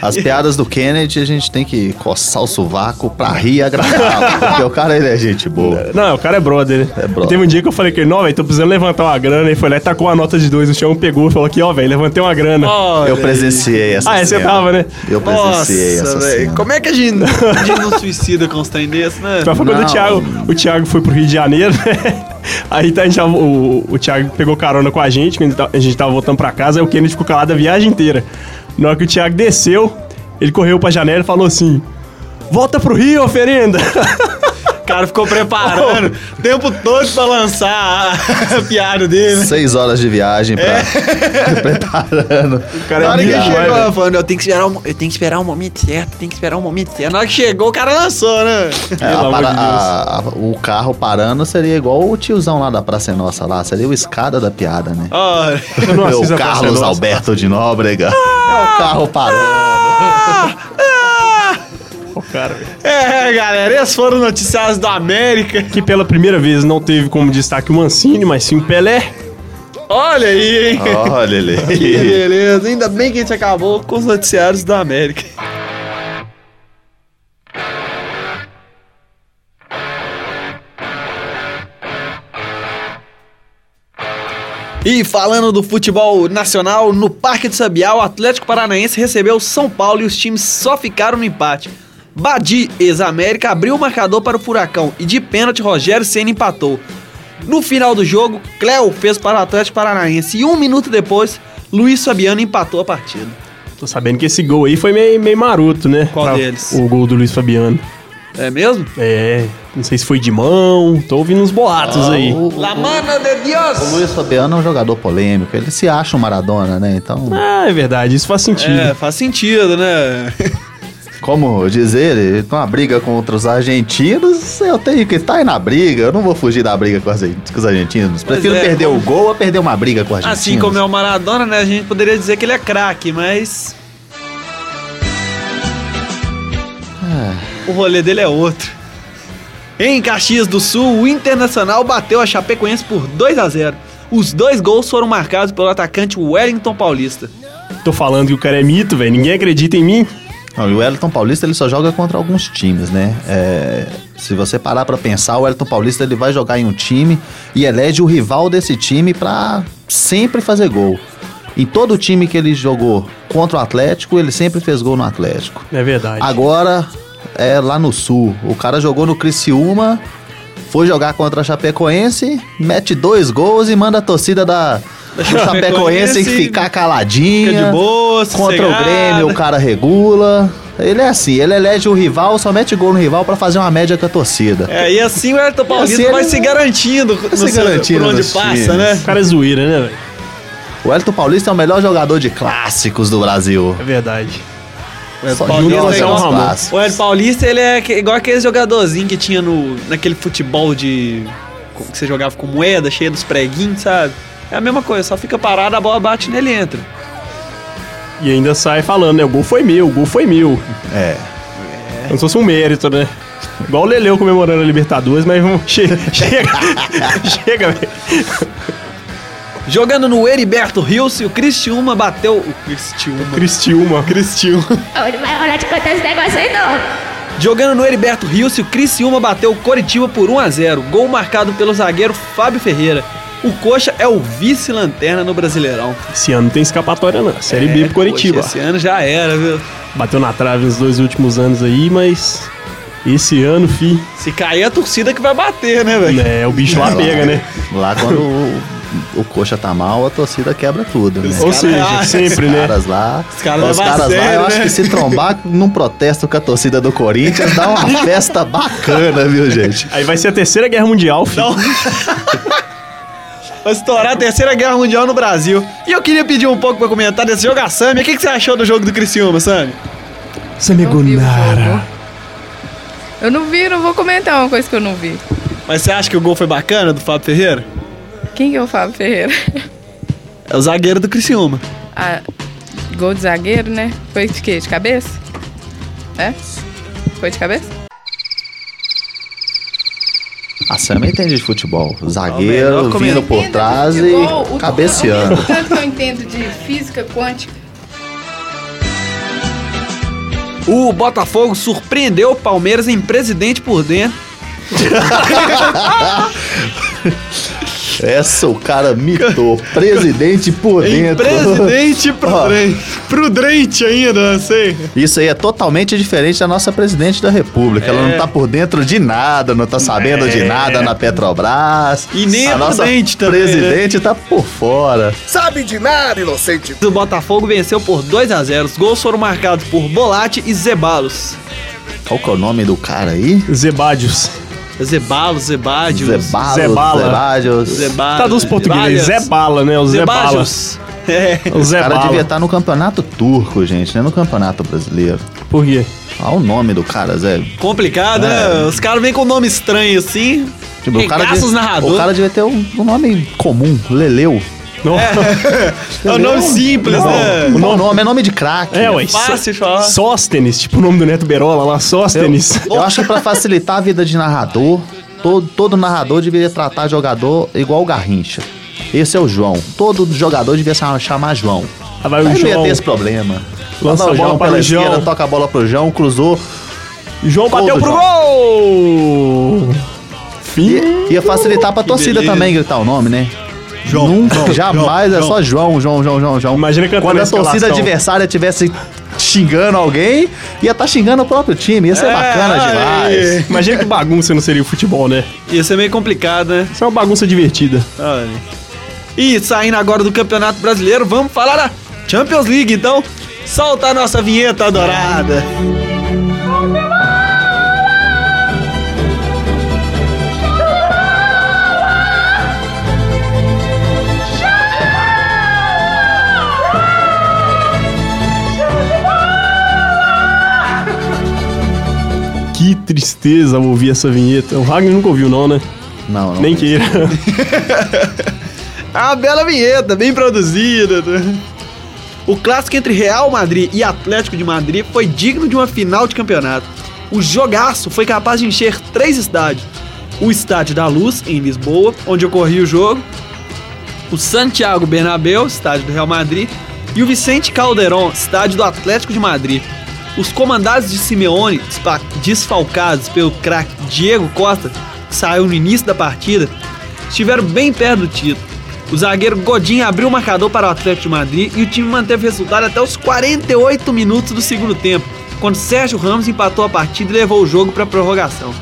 As piadas do Kennedy a gente tem que coçar o sovaco pra rir
(laughs)
agradável. porque o cara ele é gente boa.
Não, o cara é brother, né?
É brother.
Teve um dia que eu falei que ele, não, velho, tô precisando levantar uma grana. Ele foi lá e tacou uma nota de dois no chão, pegou e falou aqui, ó, velho, levantei uma grana.
Eu presenciei essa
Ah, é, você
cena.
tava, né?
Eu presenciei
Nossa,
essa
velho.
cena.
Como é que a
(laughs)
gente, a gente não suicida com os trem desse, né?
Mas foi quando o
Não.
Thiago, o Thiago foi pro Rio de Janeiro, (laughs) né? Aí tá, a gente tava- o, o Thiago pegou carona com a gente, quando tá- a gente tava voltando pra casa, aí o Kennedy ficou calado a viagem inteira. Na hora que o Thiago desceu, ele correu pra janela e falou assim: Volta pro Rio, oferenda!
O cara ficou preparando o tempo todo pra lançar a, (laughs) a piada dele.
Seis horas de viagem pra...
É.
(laughs) preparando.
cara é
Na hora que
Caralho,
chegou,
velho.
ela falando, eu tenho que esperar o, mo- eu tenho que esperar o momento certo, tem que esperar o momento certo. Na hora que chegou, o cara lançou, né?
É, a
amor
para-
de Deus.
a- a- o carro parando seria igual o tiozão lá da Praça é Nossa lá. Seria o escada da piada, né?
Olha.
Eu não assisto
Meu
a Praça
Carlos
Nossa. é Ah!
Alberto de Nóbrega. é o carro parando.
Ô, cara, velho.
É, galera, esses foram noticiários da América.
que pela primeira vez não teve como destaque o Mancini, mas sim o Pelé.
Olha aí, hein?
Olha
Que
ele.
beleza, ainda bem que a gente acabou com os noticiários da América. E falando do futebol nacional, no Parque do Sabiá, o Atlético Paranaense recebeu o São Paulo e os times só ficaram no empate. Badi, ex-América, abriu o marcador para o Furacão e de pênalti Rogério Senna empatou. No final do jogo, Cléo fez para o Atlético Paranaense e um minuto depois, Luiz Fabiano empatou a partida.
Tô sabendo que esse gol aí foi meio, meio maroto, né?
Qual deles?
O gol do Luiz Fabiano.
É mesmo?
É, não sei se foi de mão, tô ouvindo uns boatos aí.
O, o-
La mano de Dios!
o Luiz Fabiano é um jogador polêmico. Ele se acha um Maradona, né? Então,
Ah, é verdade, isso faz sentido.
É, faz sentido, né?
como dizer, ele tá uma briga contra os argentinos. Eu tenho que estar aí na briga. Eu não vou fugir da briga com, as- com os argentinos. Prefiro
é,
perder o gol a perder uma briga com os argentinos.
Assim como é o Maradona, né? A gente poderia dizer que ele é craque, mas. O rolê dele é outro. Em Caxias do Sul, o Internacional bateu a Chapecoense por 2 a 0. Os dois gols foram marcados pelo atacante Wellington Paulista.
Tô falando que o cara é mito, velho. Ninguém acredita em mim.
Não, e o Elton Paulista ele só joga contra alguns times, né? É, se você parar pra pensar, o Elton Paulista ele vai jogar em um time e elege o rival desse time pra sempre fazer gol. Em todo time que ele jogou contra o Atlético, ele sempre fez gol no Atlético.
É verdade.
Agora é lá no Sul. O cara jogou no Criciúma, foi jogar contra a Chapecoense, mete dois gols e manda a torcida da do Chapecoense
Chapecoense
ficar caladinha.
Fica de boa,
Contra o
sossegado.
Grêmio, o cara regula. Ele é assim, ele elege o rival, só mete gol no rival pra fazer uma média com a torcida.
É, e assim o Wellington Paulista
assim
vai
ele-
se garantindo, no
se
seu-
garantindo
por onde
nos
passa,
times.
né?
O cara é zoeira, né, velho?
O Elton Paulista é o melhor jogador de clássicos do Brasil.
É verdade.
Só
Paulista
junta
é
você
igual
nos
o Ramon.
clássicos.
O Hélio Paulista, ele é que- igual aquele jogadorzinho que tinha no, naquele futebol de. com- que você jogava com moeda, cheia dos preguinhos, sabe? É a mesma coisa, só fica parado, a bola bate nele e entra.
E ainda sai falando, né? O gol foi meu, o gol foi meu.
É.
Como se fosse um mérito, né? Igual o Leleu comemorando a Libertadores, mas vamos. (laughs) Chega, chega, chega, velho.
Jogando no Heriberto Rios, o Cristiúma bateu. O Cristiúma.
Cristiúma. Cristiúma.
Ô, não vai rolar de contar esse negócio aí não.
Jogando no Heriberto Rios, o Criciúma bateu o Coritiba por 1 a 0 Gol marcado pelo zagueiro Fábio Ferreira. O Coxa é o vice-lanterna no Brasileirão.
Esse ano não tem escapatória, não. Série B pro Coritiba.
É, Poxa, esse ano já era, viu?
Bateu na trave nos dois últimos anos aí, mas. Esse ano, fi.
Se cair é a torcida que vai bater, né, velho?
É, o bicho lá pega, né?
Lá quando o, o coxa tá mal, a torcida quebra tudo, né?
Ou seja,
Ah,
sempre,
Os
né?
caras lá. Os
caras
caras,
levam a
lá,
sério,
eu acho
né?
que se
(laughs)
trombar num protesto com a torcida do Corinthians, dá uma festa bacana, viu, gente?
Aí vai ser a terceira guerra mundial, filho.
Vai estourar a terceira guerra mundial no Brasil. E eu queria pedir um pouco pra comentar desse jogo a Sammy. O que, que você achou do jogo do Criciúma, Sammy?
Semegonara.
Eu não vi, não vou comentar uma coisa que eu não vi.
Mas você acha que o gol foi bacana do Fábio Ferreira?
Quem que é o Fábio Ferreira?
É o zagueiro do Criciúma.
Ah, gol de zagueiro, né? Foi de quê? De cabeça? É? Foi de cabeça?
A
é
Sam entende de futebol.
melhor
Zagueiro vindo
comentário.
por trás e cabeceando.
Tanto que eu entendo de física quântica.
O Botafogo surpreendeu o Palmeiras em presidente por dentro. é
Essa o
(laughs)
cara mitou. Presidente por
Em
dentro. (laughs)
presidente
Ó.
prudente. Prudente ainda, não sei.
Isso aí é totalmente diferente da nossa presidente da República. Ela
É.
não tá por dentro de nada, não tá sabendo de nada na Petrobras.
E nem
a
é
nossa
prudente também, né?
presidente tá por fora.
Sabe de nada, inocente.
O Botafogo venceu por 2 a 0 Os gols foram marcados por Bolatti e Zebalos.
Qual que é o nome do cara aí?
Zebadios.
Zebalos, Zebádios.
Zebalos,
Zé Bala.
Zebadios.
Zebalos.
Traduz português, Zé Bala, né? O Zé Bala.
Zebádios. É.
O
O
Zé
cara devia
Bala.
estar no campeonato turco, gente, não é no campeonato brasileiro.
tá-
Por quê?
Olha o nome do cara, Zé.
Complicado, né? Os caras vêm com nome estranho assim.
Tipo, o, cara
Regaça os narradores.
o cara devia ter um, um nome comum, Leleu.
Não.
É um nome simples, né?
O nome é nome de craque.
(laughs) É, ué.
Fácil de falar.
Sóstenes, tipo o nome do Neto Berola lá, Sóstenes.
Eu acho que pra facilitar a vida de narrador, todo, todo narrador deveria tratar jogador igual o Garrincha. Esse é o João. Todo jogador devia sa- chamar João.
Ah, vai o
Aí não ia
João.
ter esse problema. Manda
Lança a
o
bola
João
para
pela
o João.
esquerda, toca a bola pro João, cruzou.
João bateu
Todo
pro
João.
gol! Fim.
E ia facilitar pra torcida
beleza.
também gritar o nome, né?
João,
Nunca,
João,
jamais
João,
é só João, João, João, João, João.
Imagina cantando
Quando
a
a torcida
escalação.
adversária tivesse xingando alguém, ia estar xingando o próprio time. Ia
É,
ser bacana demais.
É.
Imagina que bagunça não seria o futebol, né?
Ia ser é meio complicado, né?
Isso é uma bagunça divertida.
Olha. E saindo agora do Campeonato Brasileiro, vamos falar da Champions League, então. Solta a nossa vinheta adorada.
Que tristeza ouvir essa vinheta. O Ragnar nunca ouviu, não, né?
Não, não.
Nem queira.
A bela vinheta, bem produzida. né? O clássico entre Real Madrid e Atlético de Madrid foi digno de uma final de campeonato. O jogaço foi capaz de encher três estádios: o Estádio da Luz, em Lisboa, onde ocorria o jogo, o Santiago Bernabéu, estádio do Real Madrid, e o Vicente Calderón, estádio do Atlético de Madrid. Os comandados de Simeone, despa- desfalcados pelo craque Diego Costa, que saiu no início da partida, estiveram bem perto do título. O zagueiro Godin abriu o marcador para o Atlético de Madrid e o time manteve o resultado até os 48 minutos do segundo tempo, quando Sérgio Ramos empatou a partida e levou o jogo para a prorrogação.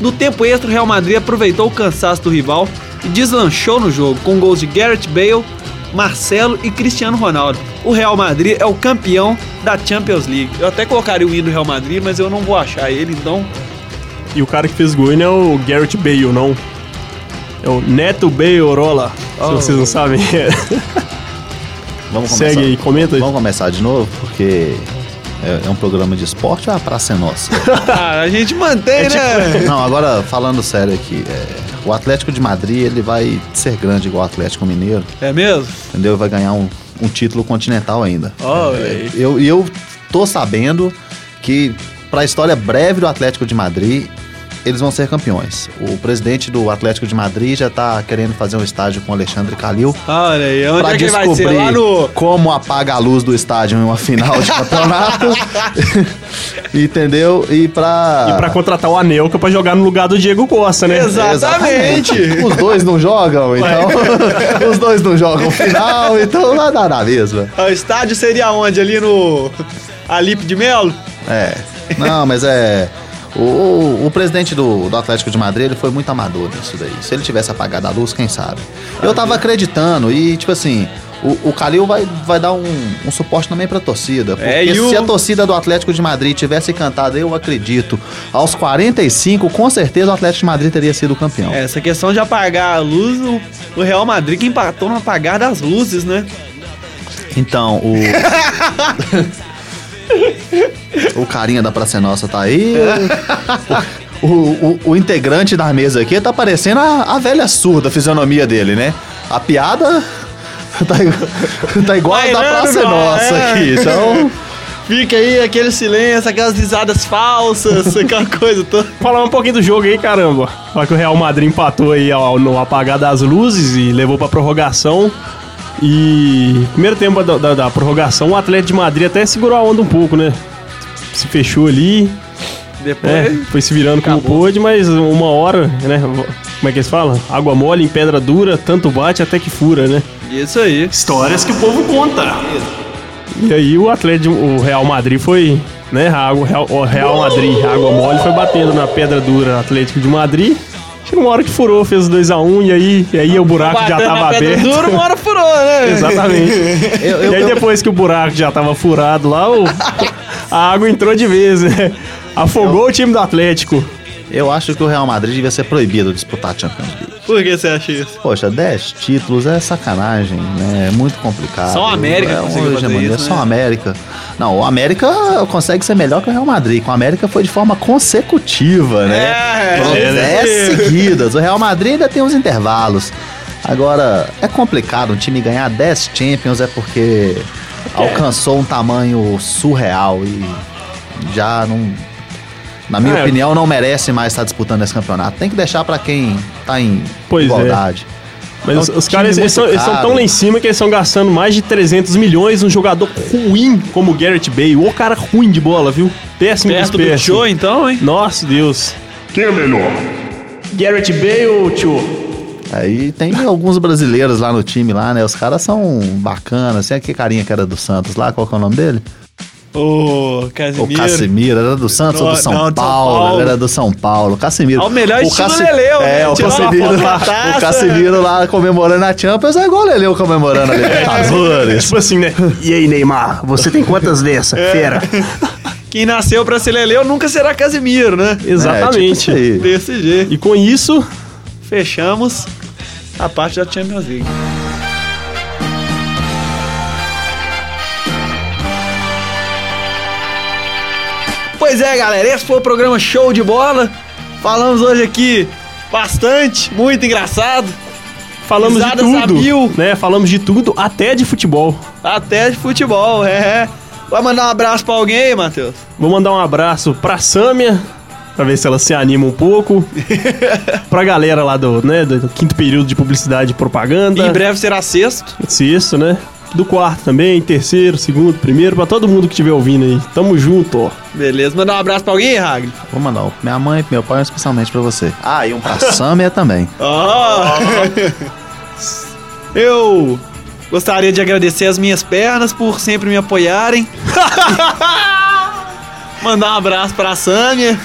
No tempo extra, o Real Madrid aproveitou o cansaço do rival e deslanchou no jogo com gols de Gareth Bale, Marcelo e Cristiano Ronaldo. O Real Madrid é o campeão da Champions League. Eu até colocaria o hino do Real Madrid, mas eu não vou achar ele, então.
e o cara que fez gol não é o Garrett Bale, não. É o Neto Bale Orola.
Oh.
Se vocês não sabem.
Vamos começar.
Segue aí, comenta aí.
Vamos começar de novo, porque é, é um programa de esporte ou a praça é
(laughs)
nossa?
Ah, a gente
É
mantém, né?
Não, agora falando sério aqui, é, o Atlético de Madrid ele vai ser grande igual o Atlético Mineiro,
É mesmo?
entendeu? Vai ganhar um, um título continental ainda.
Ó,
É, eu, e eu tô sabendo que pra história breve do Atlético de Madrid eles vão ser campeões. O presidente do Atlético de Madrid já tá querendo fazer um estádio com o Alexandre Calil.
Olha aí, onde
Pra
é que ele vai
descobrir
ser? Lá no.
como apaga a luz do estádio em uma final de
(laughs)
campeonato. Entendeu? E pra.
(laughs) E pra contratar o Anelka pra jogar no lugar do Diego Costa, né?
Exato. Exatamente.
Os dois não jogam, então. (laughs) Os dois não jogam final, então vai dar na mesma.
Ah, O estádio seria onde? Ali no. Alipe de Melo?
É. Não, mas é. O, o- o presidente do, do Atlético de Madrid ele foi muito amador nisso daí. Se ele tivesse apagado a luz, quem sabe?
Ah,
Eu
é.
tava acreditando e, tipo assim, o, o Calil vai, vai dar um, um suporte também pra torcida. Porque
É, e o-
se a torcida do Atlético de Madrid tivesse cantado, eu acredito, aos 45, com certeza o Atlético de Madrid teria sido campeão.
É, Essa questão de apagar a luz, o- o Real Madrid que empatou no apagar das luzes, né?
Então, o. o carinha da Praça é Nossa tá aí. O, o- o integrante da mesa aqui tá parecendo a, a velha surda, a fisionomia dele, né? A piada tá, igu- tá igual a da
Bailando,
Praça é
ó,
Nossa
é.
aqui. Então,
Fica aí aquele silêncio, aquelas risadas falsas, (laughs) aquela coisa toda.
Falar um pouquinho do jogo aí, caramba. Só que o Real Madrid empatou aí ao, no apagar das luzes e levou pra prorrogação. E primeiro tempo da, da- da prorrogação, o Atlético de Madrid até segurou a onda um pouco, né? se fechou ali, né?
Depois.
Foi se virando como
Acabou.
pôde, mas uma hora, né? Como é que eles falam? Água mole em pedra dura, tanto bate até que fura, né?
É. Isso aí.
Histórias que o povo conta. E aí o Atlético, o Real Madrid foi, né? a água- Real- o Real Madrid, a água mole, foi batendo na pedra dura Atlético de Madrid. Chegou uma hora que furou, fez 2x1 e aí, e aí o buraco já
Batendo
tava
na pedra
aberto.
dura, uma hora furou, né?
(laughs) Exatamente.
Eu, eu,
E aí
eu,
depois que o buraco já tava furado lá, o- a água entrou de vez, né? Afogou o time do Atlético.
eu acho que o Real Madrid devia ser proibido de disputar a Champions League.
Por que você acha isso?
Poxa, 10 títulos é sacanagem, né? É muito complicado.
Só o América
é
conseguiu fazer
hegemonia,
isso,
Só o
né?
América. Não, o América consegue ser melhor que o Real Madrid. Com o América foi de forma consecutiva, né?
É,
Foram
é, né?
10 seguidas. O Real Madrid ainda tem uns intervalos. Agora, é complicado um time ganhar 10 Champions é porque alcançou um tamanho surreal e já não na minha
É.
opinião, não merece mais estar disputando esse campeonato. Tem que deixar pra quem tá em
Pois é.
igualdade.
Mas
É um
os, os
time
caras, eles
muito
são, eles são
caro.
tão lá em cima que eles estão gastando mais de 300 milhões num jogador ruim como o Garrett Bale. Ô cara ruim de bola, viu? Péssimo
Perto
dos
do
péssimos.
show, então, hein?
Nossa, Deus.
Quem é melhor?
Garrett Bale, tio.
Aí tem alguns brasileiros lá no time, lá, né? Os caras são bacanas. Tem aquele carinha que era do Santos lá, qual que é o nome dele?
Ô, Casimiro.
O Casimiro, era do Santos ou
Não,
do São,
não,
Paulo,
de São Paulo.
Ele era do São Paulo. Casimiro.
É o melhor estilo Leleu,
É,
né?
o
Tirar uma
Casimiro,
foto
lá,
da taça.
o Casimiro lá comemorando a Champions é igual o Leleu
(laughs)
comemorando a Libertadores.
Tipo assim, né? E aí, Neymar, você tem quantas dessa?
É,
Fera.
Quem nasceu pra ser Leleu nunca será Casimiro, né?
É, tipo isso
Exatamente.
aí.
Desse jeito.
e com isso,
Fechamos a parte da Champions League. Pois é, galera, esse foi o programa Show de Bola. Falamos hoje aqui bastante, muito engraçado,
falamos
Risadas
de
a
tudo.
mil.
Né? Falamos de tudo, até de futebol.
até de futebol, é. Vai mandar um abraço pra alguém aí, Matheus?
Vou mandar um abraço pra Sâmia, pra ver se ela se anima um pouco. pra galera lá do, né, do quinto período de publicidade e propaganda.
Em breve será sexto.
Se isso, né? Do quarto também, terceiro, segundo, primeiro, pra todo mundo que estiver ouvindo aí. Tamo junto, ó.
Beleza, mandar um abraço pra alguém, Ragni?
Vou mandar um pra minha mãe, pro meu pai, especialmente pra você. Ah, e um pra Samia também.
Ah! (laughs) Eu gostaria de agradecer as minhas pernas por sempre me (laughs) apoiarem. mandar um abraço pra Sâmia.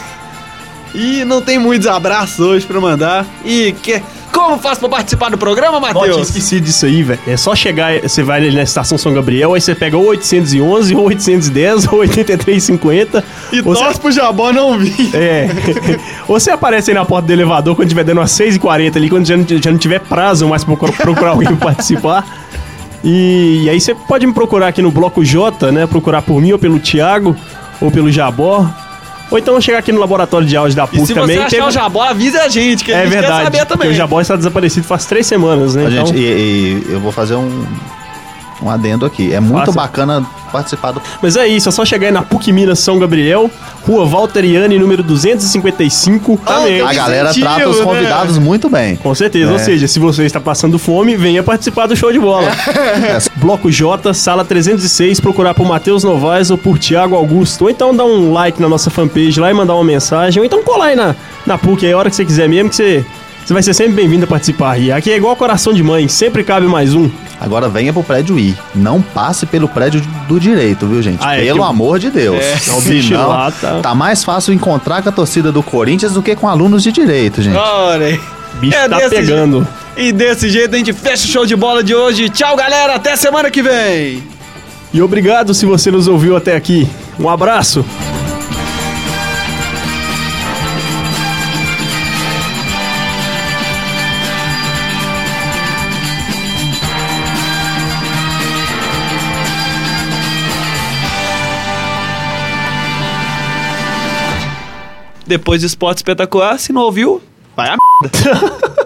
E não tem muitos abraços hoje pra mandar. E que... como faço pra participar do programa,
Ó, tinha
Matheus?
esquecido disso aí, velho. É só chegar, você vai ali na estação São Gabriel, aí você pega ou 811, ou 810, (laughs) ou 8350.
E
ou
torce pro Jabó não vi.
É. Ou você aparece aí na porta do elevador quando tiver dando umas 6h40 ali, quando já não, já não tiver prazo mais pra procurar- procurar alguém pra participar. E, e aí você pode me procurar aqui no Bloco J, né? Procurar por mim, ou pelo Thiago, ou pelo Jabó. Ou então chegar aqui no laboratório de áudio da PUC
E se você
também.
achar
teve-
o Jabó, avisa a gente, que a
é
gente
verdade.
quer saber
porque
também.
o Jabó está desaparecido faz três semanas, né?
Ó,
Então,
gente, e, e eu vou fazer um, um adendo aqui. É muito
Faça.
bacana participar do.
Mas é isso, é só chegar aí na PUC Minas São Gabriel, Rua Valteriane, número 255. Também.
Tá A galera
incentivo,
trata os
né?
convidados muito bem.
Com certeza,
É.
ou seja, se você está passando fome, venha participar do show de bola.
É.
(laughs) Bloco J, sala 306, procurar por Matheus Novaes ou por Thiago Augusto. Ou então dá um like na nossa fanpage lá e mandar uma mensagem. Ou então colar aí na, na PUC aí, a hora que você quiser mesmo, que você, você vai ser sempre bem-vindo a participar. E aqui é igual coração de mãe, sempre cabe mais um.
Agora venha pro prédio I. Não passe pelo prédio do direito, viu, gente?
Ah, é
pelo
que-
amor de Deus.
É,
Se
o bicho
não,
(laughs) lá tá-
tá mais fácil encontrar com a torcida do Corinthians do que com alunos de direito,
Ah,
gente.
Ora aí.
O bicho
É
tá
desse
pegando.
E desse jeito a gente fecha o show de bola de hoje. Tchau, galera. Até semana que vem.
E obrigado se você nos ouviu até aqui. Um abraço.
Depois do esporte espetacular, se não ouviu, vai a merda.